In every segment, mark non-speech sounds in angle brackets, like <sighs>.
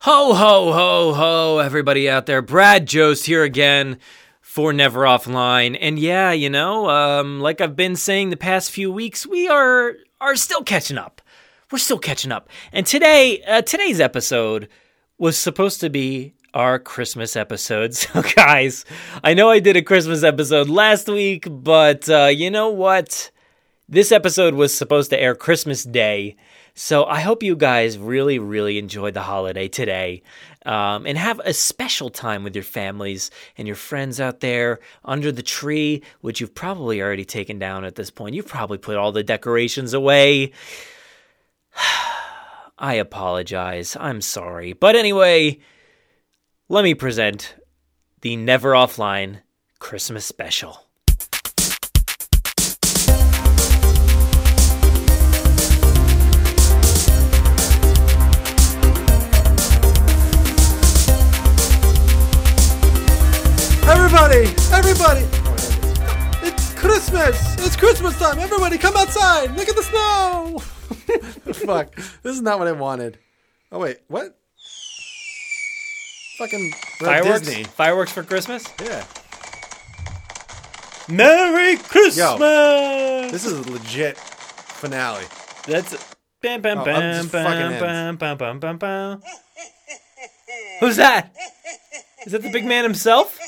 Ho, ho, ho, ho, everybody out there. Brad Jost here again for Never Offline. And yeah, you know, um, like I've been saying the past few weeks, we are are still catching up. We're still catching up. And today, uh, today's episode was supposed to be our Christmas episode. <laughs> So, guys, I know I did a Christmas episode last week, but uh, you know what? This episode was supposed to air Christmas Day, so I hope you guys really, really enjoyed the holiday today um, and have a special time with your families and your friends out there under the tree, which you've probably already taken down at this point. You've probably put all the decorations away. <sighs> I apologize. I'm sorry. But anyway, let me present the Never Offline Christmas Special. Everybody, everybody, it's Christmas. It's Christmas time. Everybody, come outside. Look at the snow. <laughs> Fuck, this is not what I wanted. Oh wait, what? Fucking Fireworks? Disney. Fireworks for Christmas? Yeah, Merry Christmas! this is a legit finale. That's bam bam Oh, I'm bam just bam fucking bam bam bam bam bam. Who's that? Is that the big man himself?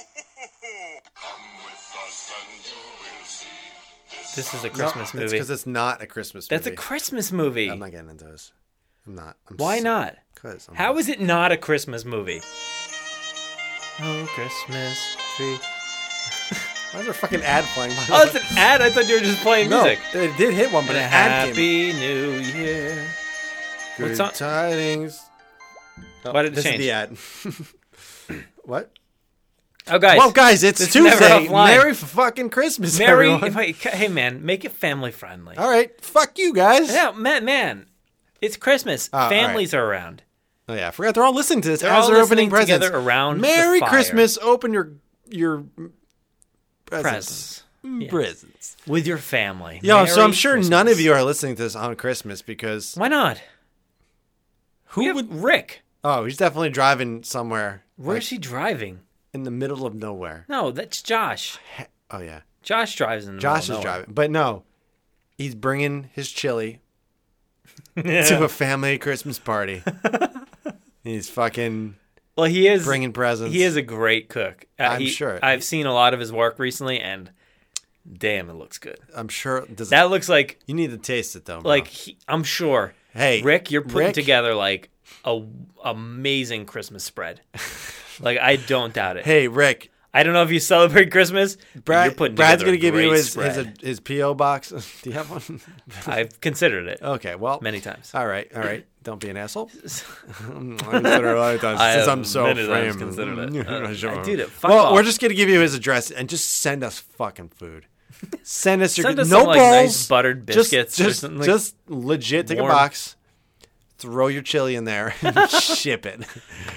This is a Christmas no, movie. because it's not a Christmas That's a movie. Christmas movie. I'm not getting into this. I'm not. I'm Why not? Because How is it not a Christmas movie? Oh, Christmas tree. Why is there a fucking ad playing? by the Oh, way? it's an ad. I thought you were just playing no, music. it did hit one, but And a an ad came. happy new year. Good What's on- tidings. Oh, Why did it this is change? the ad. <laughs> what? Oh, guys. Well, guys, it's, It's never Tuesday. offline. Merry fucking Christmas, Merry. <laughs> everyone. If I, hey, man, make it family friendly. All right, fuck you guys. Yeah, man, man, it's Christmas. Ah, all right. Families are around. Oh yeah, I forgot they're all listening to this They're as all they're opening listening together presents around the Merry fire. Christmas. Open your your presents. Presents Mm, Presents. with your family. Yo, so Merry I'm sure none Christmas. of you are listening to this on Christmas because Why not? Who would Rick? oh, he's definitely driving somewhere Where like, is he driving? in the middle of nowhere. No, that's Josh. Oh yeah, Josh drives in. The Josh middle of is driving, but no, he's bringing his <laughs> chili nowhere. to a family <laughs> Christmas party. he's fucking well, he is. bringing presents. he is a great cook. Uh, I'm he- sure. I've seen a lot of his work recently, and damn, it looks good. I'm sure. Does That looks like you need to taste it though? bro. like he, I'm sure. hey, Rick, you're putting Rick, together like a amazing Christmas spread. like I don't doubt it. Hey, Rick. I don't know if you celebrate Christmas. but Brad, you're putting Brad's together gonna a give you great his his, spread. his PO box. <laughs> Do you have one? I've considered it okay, well, many times. All right, <laughs> all right. Don't be an asshole. Mm, I consider it a lot of times I since have I'm so many times framed. considered it. Mm, Uh, <laughs> sure. I did it. Fuck Well, off. we're just gonna give you his address and just send us fucking food. Send us your Send us no some, balls, like, nice buttered Just- biscuits or Just, something, like, just legit. Take warm. a box, throw your chili <laughs> in there, and ship it.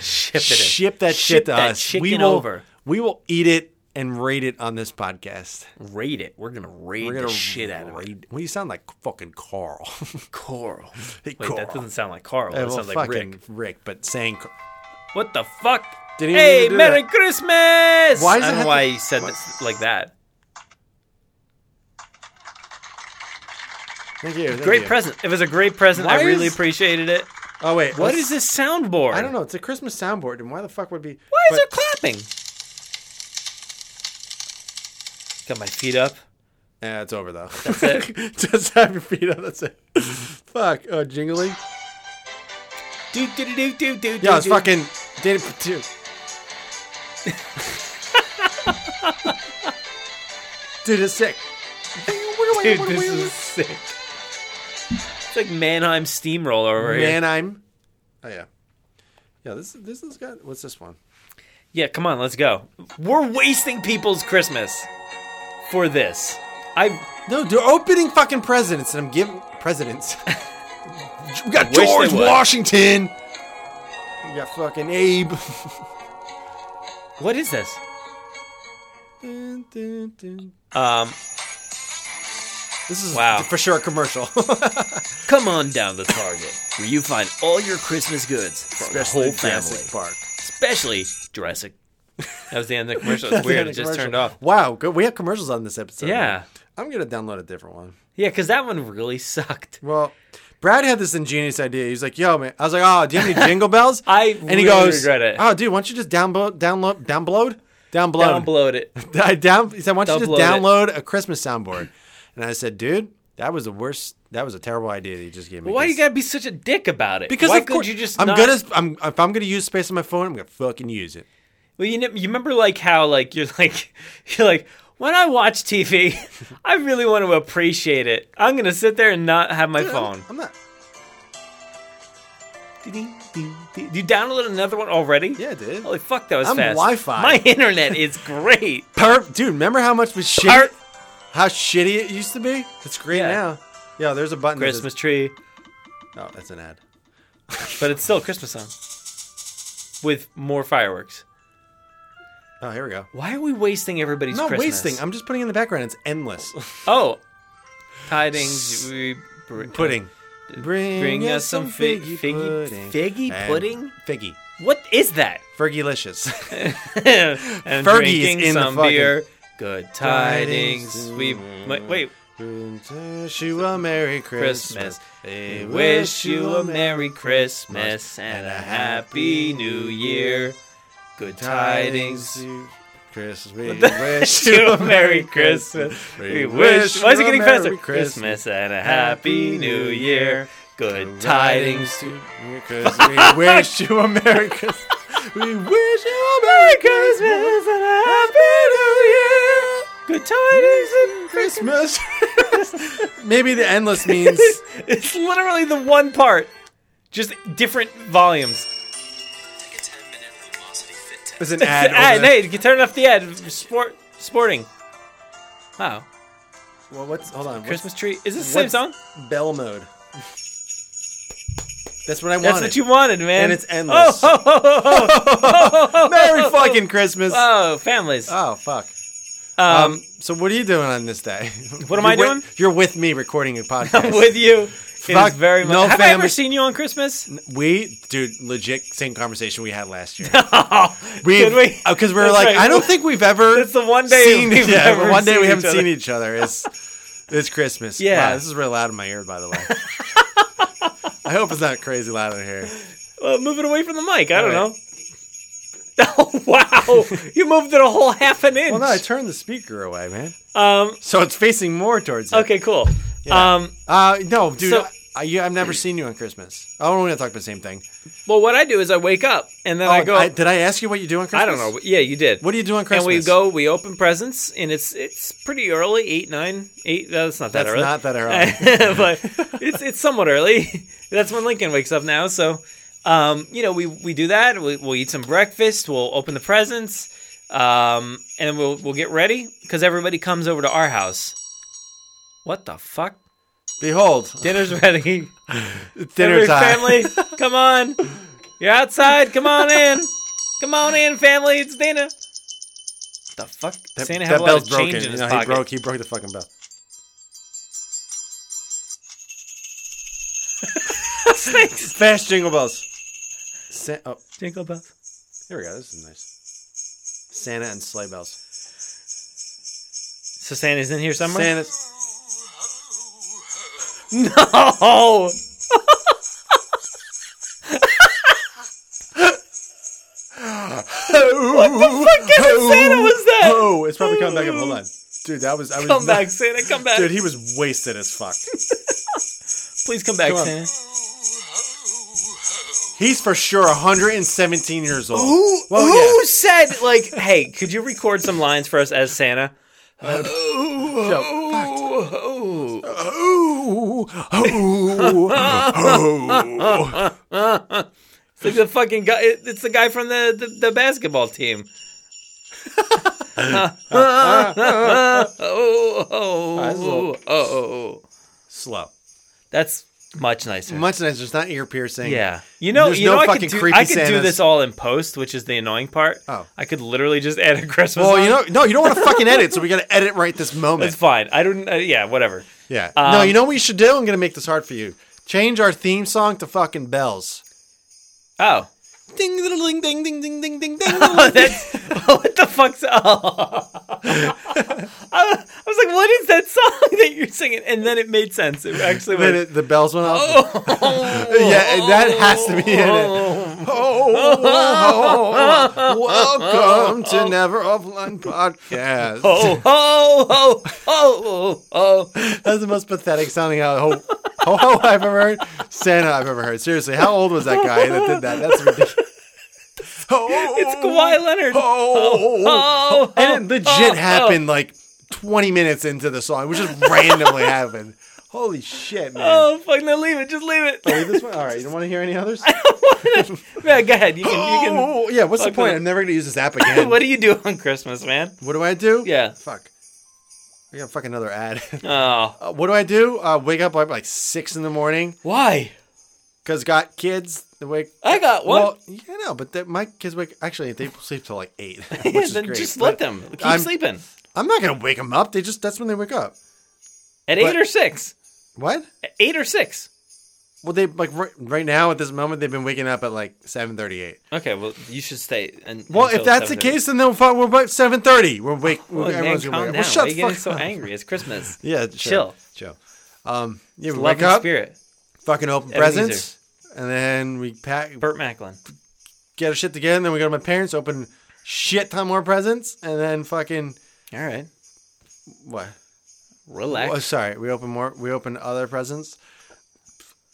Ship it. in. ship that Ship shit to that us. Chicken we will, over. We will eat it and rate it on this podcast. Raid it. We're gonna raid We're gonna the shit out of it. rate- Well, you sound like fucking Carl. <laughs> Coral. Hey, Wait, Carl. that doesn't sound like Carl. Eh, That well, sounds like fucking Rick. but saying Car- What the fuck? Didn't even hey, need to do Merry that. Christmas! Why does I it don't know have why to- he said what? this like that. Thank you. thank Great you. present. It was a great present. Why I really is- appreciated it. Oh wait, What let's- is this soundboard? I don't know. It's a Christmas soundboard, and why the fuck would be? Why is but- there clapping? Got my feet up. Yeah, it's over though. That's it. <laughs> Just have your feet up. That's it. fuck. Oh, jingling. Do do do do do do. Yeah, it's do. fucking. Did it for two. <laughs> Dude, it's sick. Dude, this is sick. It's like Mannheim Steamroller over here. Man, I'm. Oh yeah. Yeah, this this has got. What's this one? Yeah, come on, let's go. We're wasting people's Christmas for this. I No, they're opening fucking presidents, and I'm giving presidents. we got wish they George would. Washington. We got fucking Abe. what is this? Dun, dun, dun. Um This is Wow. for sure a commercial. <laughs> Come on down to Target, where you find all your Christmas goods for the whole family, <laughs> Jurassic Park. especially Jurassic. That was the end of <laughs> the commercial. It's weird. It just Commercial. turned off. Wow, good. we have commercials on this episode. Yeah. I'm gonna download a different one. Yeah, because that one really sucked. Well, Brad had this ingenious idea. He's like, "Yo, man," I was like, "Oh, do you <laughs> have any jingle bells?" I and really he goes, regret it. "Oh, dude, why don't you just download, download, download, download, Download <laughs> it. I down. He said, "Why don't you just Download download a Christmas soundboard?" And I said, "Dude, that was the worst. That was a terrible idea that you just gave me." Why you 'cause- gotta be such a dick about it? Because why of course, could you just? I'm not- gonna. I'm if I'm gonna use space on my phone, I'm gonna fucking use it. Well, you, kn- you remember like how like you're like <laughs> you're like when I watch TV, <laughs> I really want to appreciate it. I'm gonna sit there and not have my Dude, I'm- phone. I'm not. Ding, ding, ding. You downloaded another one already? Oh, Yeah, dude. Holy fuck, that was I'm fast. Wi-Fi. My <laughs> internet is <laughs> great. Perp, dude. Remember how much was shit? Art How shitty it used to be? It's great Yeah. now. Yo, there's a button. that says- Christmas tree, oh, that's an ad. but it's still a Christmas song with more fireworks. Oh, here we go. Why are we wasting everybody's I'm not Christmas? wasting. I'm just putting it in the background. It's <laughs> endless. oh, tidings we br- pudding. Bring, Bring us some fig- figgy- figgy And pudding? Figgy. What is that? Fergylicious. <laughs> and Fergie's drinking in the some fucking- beer. Good tidings. Tidings. We mi- wait. wish you a Merry Christmas. Christmas. They We wish you a Merry Christmas and a Happy New Year. Good tidings. Christmas. We wish you a Merry Christmas. We wish. Why is it getting faster? Christmas and a Happy New Year. Good tidings. to you, 'cause we wish you a Merry Christmas. We wish you a Merry Christmas and a Happy New Year. Good tidings and Christmas. Christmas. Maybe the endless means. <laughs> It's literally the one part, just different volumes. Take a 10 minute Lumosity fit test. <laughs> There's an ad. The ad, over there. hey, you can turn off the ad. Sport, sporting. Wow, Well, what's hold on? Christmas tree. Is this the same what's song? bell mode. That's what I That's wanted. what you wanted, man. And it's endless. Oh, ho, ho, ho, ho. Merry fucking Christmas. Oh, families. oh fuck. Um, Um. So what are you doing on this day? <laughs> What am I You're doing? With, you're with <laughs> me recording a podcast. with you. It um, Fuck, is very much. no Have I ever family- seen you on Christmas? <laughs> we, dude, legit same conversation we had last <laughs> year. we did we? Because we were That's like, right. I don't think we've ever. That's the one day <laughs> seen, we've yeah, ever one day seen we each haven't seen other. each other. It's <laughs> it's Christmas. Yeah. wow, this is real loud in my ear, by <laughs> the way. I hope it's not crazy loud in here. Well, move it away from the mic. I don't All know. <laughs> Oh wow! you moved it a whole half an inch. Well, no, I turned the speaker away, man. um. So it's facing more towards. it. Okay. Cool. Yeah. Um. Uh, no, dude. So- I, you, I've never seen you on Christmas. I don't want to talk about the same thing. Well, what I do is I wake up and then Oh, I go. I- did I ask you what you do on Christmas? I don't know. Yeah, you did. What do you do on Christmas? And we go, we open presents, and it's it's pretty early, eight, nine, eight. No, that's not that That's early. not that <laughs> early. but it's it's somewhat early. <laughs> that's when Lincoln wakes up now. So, um, you know, we we do that. We, we'll eat some breakfast. We'll open the presents, um, and we'll we'll get ready because everybody comes over to our house. What the fuck? <laughs> Behold, <laughs> Dinner's ready. dinner Every time. <laughs> Family, come on. You're outside. Come on in. Come on in, family. It's dinner. The fuck? That, Santa that had a lot bell's of change broken. in his no, he pocket. <laughs> broke. He broke the fucking bell. Thanks. Fast jingle bells. Sa- oh, Jingle bells. here we go. This is nice. Santa and sleigh bells. So Santa's in here somewhere. <laughs> Santa's. No. what the fuck kind of Santa was that? Oh, it's probably coming back up. Hold on, dude. That was. I was Come back, Santa. Come back. Dude, he was wasted as fuck. Please come back, Come on. Santa. He's for sure 117 years old. Who? Well, who said like, <laughs> hey, could you record some lines for us as <laughs> Santa? Oh, oh. Oh, oh, oh. <laughs> It's like the fucking guy. it- It's the guy from the the, the basketball team. oh, oh, That's a <laughs> oh, little- oh, oh. Slow. That's Much nicer. Much nicer. It's not ear piercing. yeah. You know, There's you know, no I fucking could, do, creepy I could do Santas. this all in post, which is the annoying part. Oh. I could literally just add a Christmas. Well, song. you know, no, you don't want to fucking edit, so we got to edit right this moment. it's fine. I don't. Uh, yeah, whatever. yeah. Um, no, you know what you should do? I'm gonna make this hard for you. Change our theme song to fucking bells. Oh, Ding diddle, ding ding ding ding ding ding <laughs> ding. oh that's what the fuck's. Oh. I was like, what is that song that you're singing? And then it made sense. It actually Then went. it, the bells went off. yeah, and that has to be in it. Oh, welcome to Never Offline Podcast. Oh, oh, oh, oh, oh, oh. That's the most pathetic sounding ho ho ho I've ever heard. Santa I've ever heard. Seriously, how old was that guy that did that? That's ridiculous. Oh, <laughs> It's Kawhi Leonard. Oh, Oh, oh, and it legit happened like 20 minutes into the song, which just randomly happened. Holy shit, man. Oh, fuck, no, leave it. Just leave it. Leave this one. All right, you don't want to hear <laughs> any others? Man, go ahead. You can, you Oh, yeah, what's the fuck point? with it. I'm never going to use <laughs> this app can. again. What do you do on Christmas, man? What do I do? Yeah. Fuck. I got fucking another ad. <laughs> Oh. uh, what do I do? Uh, wake up like, like six in the morning Why? because got kids. They wake. I got one. Well, yeah, no, but that my kids wake. Actually, they sleep till like eight, <laughs> which <laughs> is then great. just but let them. Keep I'm- sleeping. I'm not gonna wake them up. They just that's when they wake up. At but- 8 or 6. What? At 8 or 6. Well, they like right, right now at this moment they've been waking up at like seven thirty-eight. Okay, well, you should stay. And, Well, if that's the case, then they'll fuck. We're about seven thirty. We're wake. we're- well, man, everyone's gonna calm wake down. up. Well, Why are shut the you getting fuck so up. angry? It's <laughs> Christmas. Yeah, Chill. chill. Um, yeah, we Love wake and up, spirit. fucking open Ebenezer. presents, and then we pack, Burt Macklin. get our shit together. And then we go to my parents, open shit ton more presents, and then fucking All right. what? Relax. Oh, sorry, we open more. We open other presents,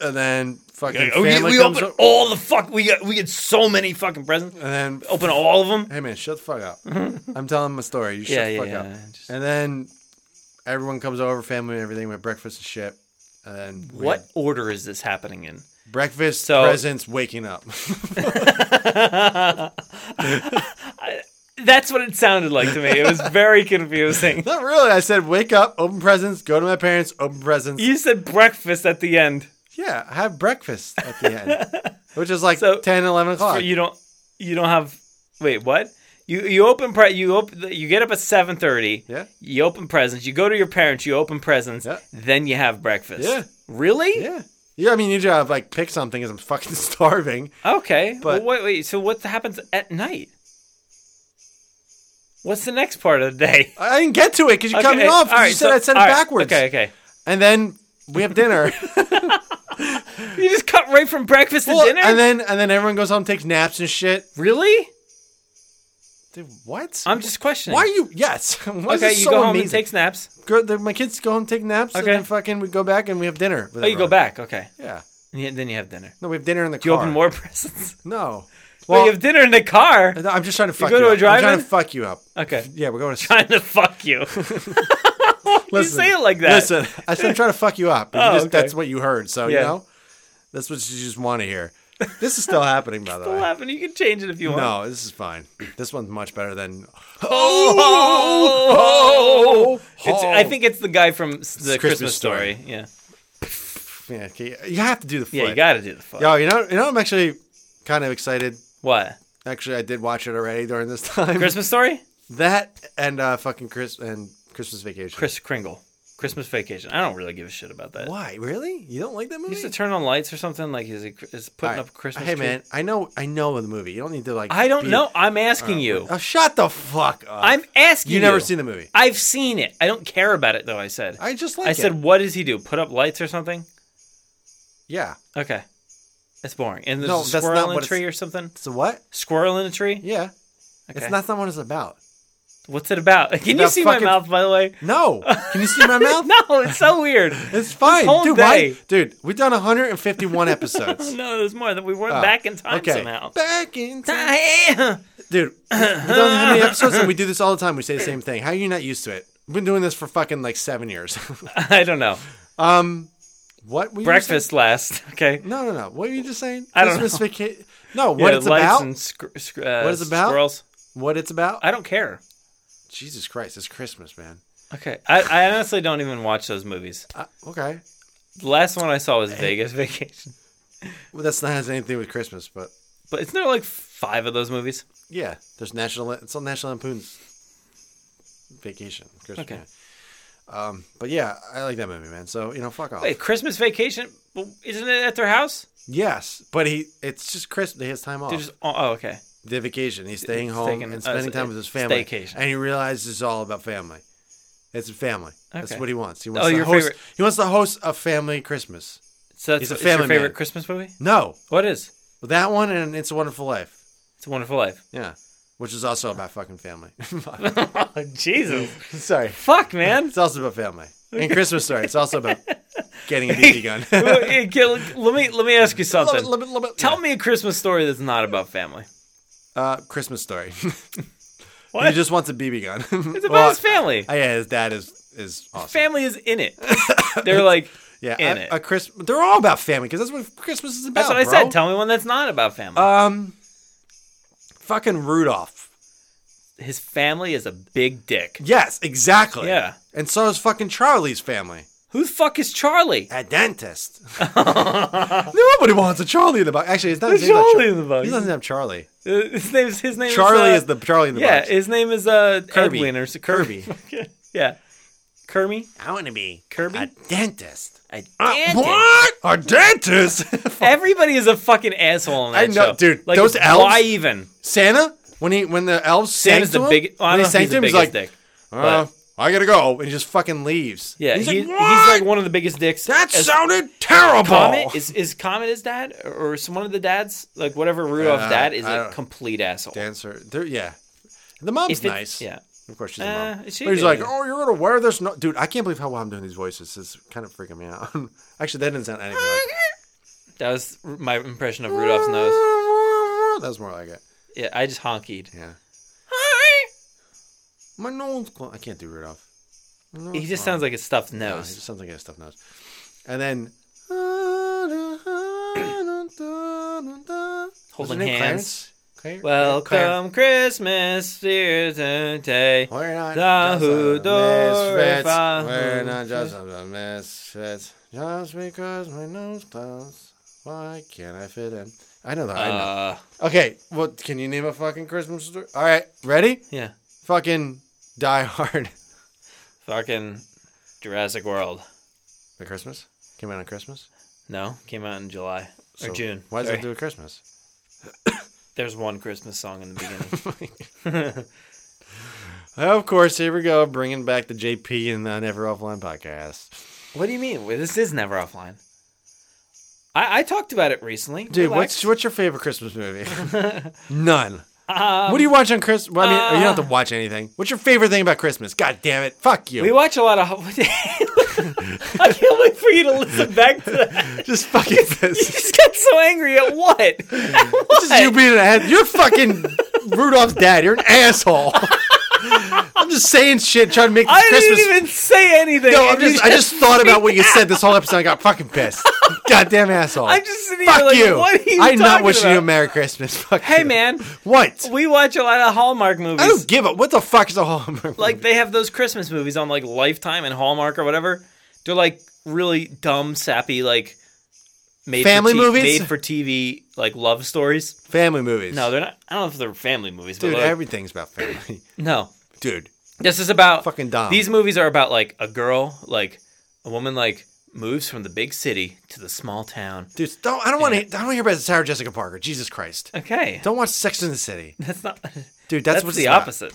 and then fucking Oh, yeah, family we comes open o- all the fuck. We got we get so many fucking presents. and then Open all of them. hey man, shut the <laughs> fuck up. I'm telling my story. You shut Yeah, the yeah, fuck yeah, up. yeah, just- And then everyone comes over, family and everything, with breakfast and shit. And then we What have order is this happening in? breakfast So- presents waking up? <laughs> That's what it sounded like to me. It <laughs> was very confusing. Not really. I said wake up, open presents, go to my parents, open presents. You said breakfast at the end. Yeah, have breakfast at the <laughs> end, which is like So- 10, 11 o'clock. But you don't. You don't have. Wait, what? You you open pre- you open you get up at seven thirty. Yeah. You open presents. You go to your parents. You open presents. Yeah. Then you have breakfast. Yeah. Really? yeah. Yeah, I mean, you have like pick something because I'm fucking <laughs> starving. Okay. But- well, wait, wait. So what happens at night? What's the next part of the day? I didn't get to it because you cut me Okay, off. all right, you said so- I said it all right, backwards. Okay, okay. And then we <laughs> have dinner. You just cut right from breakfast Well, to dinner? And then and then everyone goes home, takes naps and shit. really? Dude, what? I'm just questioning. Why are you? Yes. <laughs> Why is Okay, this you so go home and amazing? take snaps. Oh, Go- the- my kids go home, take naps, Okay. and then fucking we go back and we have dinner. With Oh, you go everyone. back. Okay. Yeah. And you- then you have dinner. No, we have dinner in the Do you car. open more <laughs> presents? No. Well, Well, you have dinner in the car. I'm just trying to fuck go you, to a up. I'm trying drive-in? to fuck you up. <laughs> Okay. Yeah, we're <laughs> going to. Trying to fuck you. <laughs> Listen, say it like that. Listen, I said I'm trying to fuck you up. but you Oh, just- okay. That's what you heard. So you Yeah. know, that's what you just want to hear. This is still happening, by the <laughs> What way. happened? You can change it if you want. No, this is fine. <clears throat> This one's much better than. Oh! It's, I think it's the guy from s- the Christmas Christmas, story. Yeah. Yeah, okay, you have to do the. Foot. Yeah, you got to do the fuck. Yo, you know, you know, I'm actually kind of excited. <laughs> What? Actually, I did watch it already during this <laughs> time. Christmas story? That and uh, fucking Chris and Christmas Vacation. Chris Kringle. Christmas Vacation. I don't really give a shit about that. Why? Really? You don't like that movie? Used to turn on lights or something like is it is putting All up right. a Christmas? Hey tree? man, I know, I know the movie. You don't need to like. I don't be- know. I'm asking you. Oh, shut the fuck up. I'm asking you. You never seen the movie? I've seen it. I don't care about it though. I said. I just like. I it. said, what does he do? Put up lights or something? yeah. Okay, that's boring. And there's No, a that's squirrel not in what a it's- tree or something. So what? Squirrel in a tree. Yeah. Okay. It's not that what it's about. What's it about? <laughs> Can you about see fucking- my mouth? By the way. No. Can you see my mouth? <laughs> no, it's so <laughs> weird. It's fine, whole dude. why- day. Dude, we've done <laughs> 151 episodes. no, there's more that we weren't Oh, back in time okay. somehow. <laughs> Back in time. Time. <clears throat> Dude, we don't know how many episodes and we do this all the time. We say the same thing. How are you not used to it? We've been doing this for fucking like seven years. <laughs> I don't know. um, what were you Breakfast last. <laughs> Okay. saying? No, no, no. What were you just saying? I don't Christmas vaca- No, what Yeah, it's lights about? And sc- sc- uh, What it's about? Squirrels. What it's about? I don't care. Jesus Christ, it's Christmas, man. Okay, I, I honestly don't even watch those movies. Uh, okay. The last one I saw <laughs> was Vegas Vacation. Well, that's not has anything with Christmas, but But isn't there like five of those movies? yeah, there's National. It's on National Lampoon's Vacation. Christmas. Okay. Um, but yeah, I like that movie, man. So you know, fuck off. Wait, Christmas Vacation? Well, Isn't it at their house? Yes, but he. It's just Christmas. He has time off. They're just oh, oh, okay. the vacation. He's staying It's home taking- and oh, spending it's- time with his it's family. staycation. And he realizes it's all about family. It's a family. That's Okay. what he wants. He wants Oh, to your host. favorite- He wants to host a family Christmas. So that's He's a it's your family favorite man. Christmas movie? No, What is? that one and It's a Wonderful Life. It's a Wonderful Life. Yeah, which is also about fucking family. <laughs> oh, Jesus. Sorry, Fuck, <laughs> man. it's also about family and Christmas. Sorry, it's also about getting a <laughs> BB <laughs> gun. Hey, Gil, let me let me ask you something. Tell me a Christmas story that's not about family. Uh, Christmas story. <laughs> What? He just wants a BB gun. it's about <laughs> Well, his family. Oh, yeah, his dad is is awesome. family is in <laughs> it. They're like, yeah, in a, it. a Chris- They're all about family because that's what Christmas is about. that's what I bro. said. Tell me one that's not about family. Um, fucking Rudolph. his family is a big dick. Yes, exactly. Yeah. And so is fucking Charlie's family. Who the fuck is Charlie? A <laughs> dentist. <laughs> Nobody wants a Charlie in the box. Actually, it's not Who's his name's not Charlie Char- in the box? He doesn't have Charlie. Uh, His name's his name. Charlie is, is uh, the Charlie in the yeah. box. His name is uh Kirby. Edwin or s- Kirby. <laughs> Okay. yeah, Kirby. I want to be Kirby? a dentist. I Uh, did it. what? A dentist? <laughs> Everybody is a fucking asshole in that I know, show. dude, Like, those elves- why even? Santa? When he when the elves sang Santa's to the him, big. Well, I when don't they know if sang he's to the him, biggest he's like, dick. uh, I gotta go, and he just fucking leaves. Yeah, he's, he- like, "What? one of the biggest dicks. that as- sounded terrible. Comet is is Comet his dad or is one of the dads like whatever Rudolph's Uh, dad is I a don't- complete asshole. dancer. They're, yeah, the mom's If it- nice. Yeah. of course she's a Uh, mom. she but he's did. like, "Oh, you're gonna wear this?" No, dude, I can't believe how well I'm doing these voices. It's kind of freaking me out. <laughs> Actually, that didn't sound anything. Like That was r- my impression of Rudolph's nose. <laughs> That was more like it. Yeah, I just honkied. Yeah. My nose. clo- I can't do Rudolph. He just sounds like a stuffed No, he nose. just sounds like he has stuffed nose. And then. <clears throat> What's his Holding name, hands. Clarence? Clar- Clarence. Welcome Christmas, dear today. We're The not just a Hoodoo misfits. Refa- We're not just a misfits. Just because my nose closed, why can't I fit in? I know that. I know. Uh, Okay, well, can you name a fucking Christmas story? All right, ready? yeah. Fucking Die Hard. Fucking Jurassic World. The Christmas came out on Christmas. No, came out in July or So June. Why does Sorry. it do a Christmas? There's one Christmas song in the beginning. <laughs> Of course, here we go, bringing back the JP and the Never Offline podcast. What do you mean? Well, This is never offline. I, I talked about it recently. Dude, Relax. what's what's your favorite <laughs> Christmas movie? None. Um, uh, what do you watch on Christmas? Well, I mean, you don't have to watch anything. What's your favorite thing about Christmas? God damn it! Fuck you. we watch a lot of. <laughs> I can't wait for you to listen back to that. just fucking You <laughs> this. just got so angry at what? At <laughs> what? Just you being an ass. You're fucking Rudolph's dad. You're an <laughs> asshole. I'm just saying shit, trying to make I Christmas. didn't even say anything. no, I'm and you just. I just thought about what you said this whole episode. I got <laughs> fucking pissed. Goddamn asshole. I'm just sitting here Fuck like, you. what are you I'm not talking wishing about? you a Merry Christmas. <laughs> Fuck Hey, you. man, What? we watch a lot of Hallmark I movies. don't give a. What the fuck is a Hallmark? Like they have those Christmas movies on like Lifetime and Hallmark or whatever. They're like really dumb, sappy, like made Family for movies? made for TV, like love stories. family movies. No, they're not. I don't know if they're family movies, dude, but like, everything's about family. <laughs> no, Dude, this is about Fucking dumb. These movies are about like a girl, like a woman, like moves from the big city to the small town. dude, don't. I don't want to. I don't want to hear about Sarah Jessica Parker. Jesus Christ. Okay, Don't watch Sex in the City, that's not. That's, dude. That's, what's the opposite.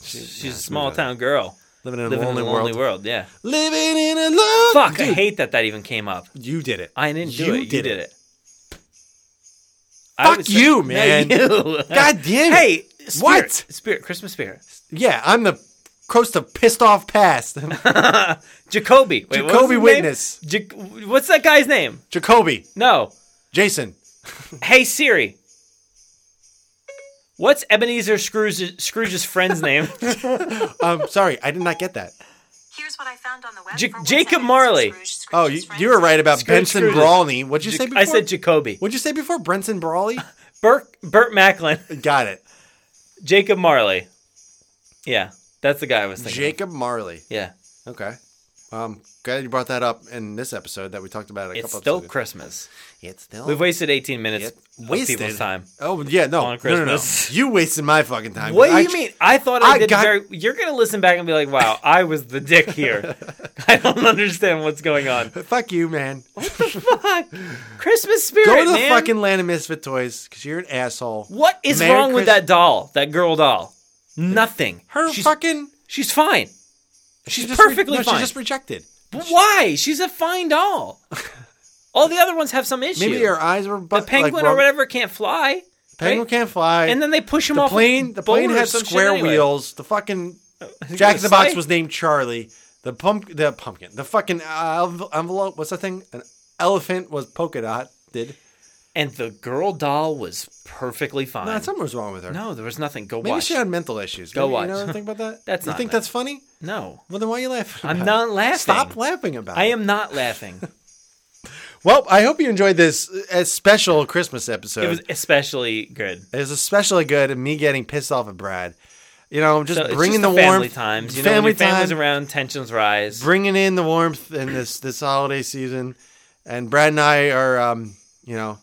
She's a small town girl Living in a living lonely in a world. lonely world. Yeah. Living in a lonely. Fuck, I Dude, hate that that even came up. you did it. I didn't do You it. you did did it. it. I Fuck would say- <laughs> you, No, man. you. God damn it. Hey, spirit, What? Spirit, Christmas spirit. Yeah, I'm the coast of pissed off past. <laughs> Jacoby. Wait, what was Jacoby his name? Witness. Jac- what's that guy's name? Jacoby, No. Jason, Hey Siri. What's Ebenezer Scrooge, Scrooge's <laughs> friend's name? um, sorry, I did not get that. Here's what I found on the web. J- Jacob for what's happening to Marley. Scrooge, Scrooge's Oh, you, friends. you were right about Scrooge Benson Scrooges. Brawley. What'd you say before? I said Jacoby. What'd you say before? Benson Brawley. Burt Burt Macklin. <laughs> Got it. Jacob Marley. Yeah, that's the guy I was thinking. of. Jacob Marley. Yeah. Okay. Um, glad you brought that up in this episode that we talked about a It's couple still episodes ago. Christmas. It's still We've wasted 18 minutes of wasted people's time. Oh yeah, On no, no, no, no. Christmas. You wasted my fucking time. What do I- you mean? I thought I, I did got- very. You're gonna listen back and be like, "Wow, I was the dick <laughs> here. I don't understand what's going on." Fuck you, man. Fuck. Christmas spirit, Go to the man. fucking land of misfit toys because you're an asshole. What is Merry wrong with Christ- that doll? That girl doll? Nothing. Her she's, fucking. She's fine. She's She's just re- perfectly no, fine. She's just rejected. But why? She's a fine <laughs> doll. All the other ones have some issue. Maybe her eyes were. Bu- the penguin like, or rub- whatever can't fly. Penguin right? can't fly. And then they push him the off. a plane. The plane boat or had some shit square anyway. wheels. <laughs> The fucking Jack in gonna the Box say? was named Charlie. The pump. The pumpkin. The fucking uh, envel- envelope. What's that thing? An elephant was polka dot. Did And the girl doll was perfectly fine. nah, something was wrong with her. no, there was nothing. Go Maybe watch. she had mental issues. Go Maybe, watch. You know think about <laughs> that? That's you not think nice. that's funny? no, Well, then why are you laughing? I'm about not it? laughing. Stop <laughs> laughing about I it. am not laughing. Well, I hope you enjoyed this uh, special Christmas episode. it was especially good. It was especially good. and Me getting pissed off at Brad. You know, just So it's bringing just the, the family warmth, times. You know, family when your family's time, around, tensions rise. bringing in the warmth in this this holiday season. And Brad and I are, um, you know,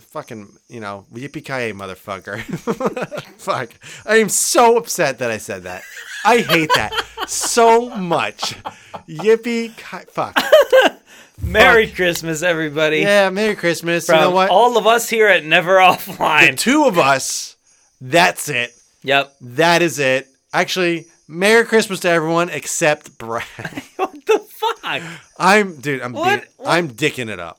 fucking, you know, yippee ki motherfucker. <laughs> Fuck, I am so upset that I said that. I hate that so much. Yippee ki fuck. Merry Christmas, everybody. Yeah, Merry Christmas. From you know what? all of us here at Never the Offline. two of us. That's it. yep. <laughs> That is it. Actually, Merry Christmas to everyone except Brad. What the fuck? I'm dude. I'm What? being- I'm dicking it up.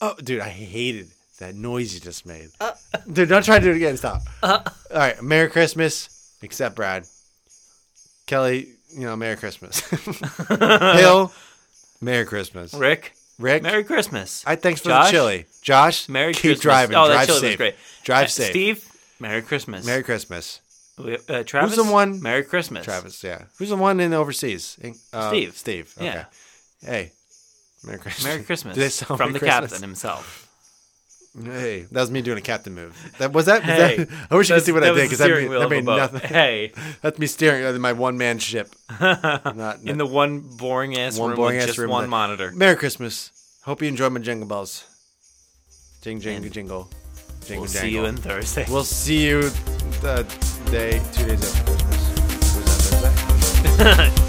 Oh, dude, I hated that noise you just made. Uh. Dude, don't try to do it again. Stop. All right, Merry Christmas except Brad. Kelly, you know, Merry Christmas. <laughs> Hill, Merry Christmas. Rick, Rick, Merry Christmas. I thanks for Josh? the chili. Josh, Merry keep Christmas. driving. Oh, that Drive chili was safe. great. Drive Uh, safe. Steve, Merry Christmas. Merry Christmas. uh, Travis, the one- Merry Christmas. Travis, yeah. Who's the one in overseas? In- uh, Steve. Steve. Okay. Yeah. Hey. Merry Christmas. <laughs> Merry Christmas Did it sound from the like Christmas? captain himself. Hey, that was me doing a captain move. That was that. was Hey. that- <laughs> I wish you could That's- see what that I was did the because that, steering made- wheel that of a made boat. nothing. <laughs> Hey, That's me steering uh, my one <laughs> man ship. Not in the one boring ass One room boring-ass with just room one that- monitor. Merry Christmas. Hope you enjoy my jingle bells. Jing jingle jingle. Jingle We'll jangle. see you in Thursday. We'll see you the day two days after Christmas. What is that, Thursday?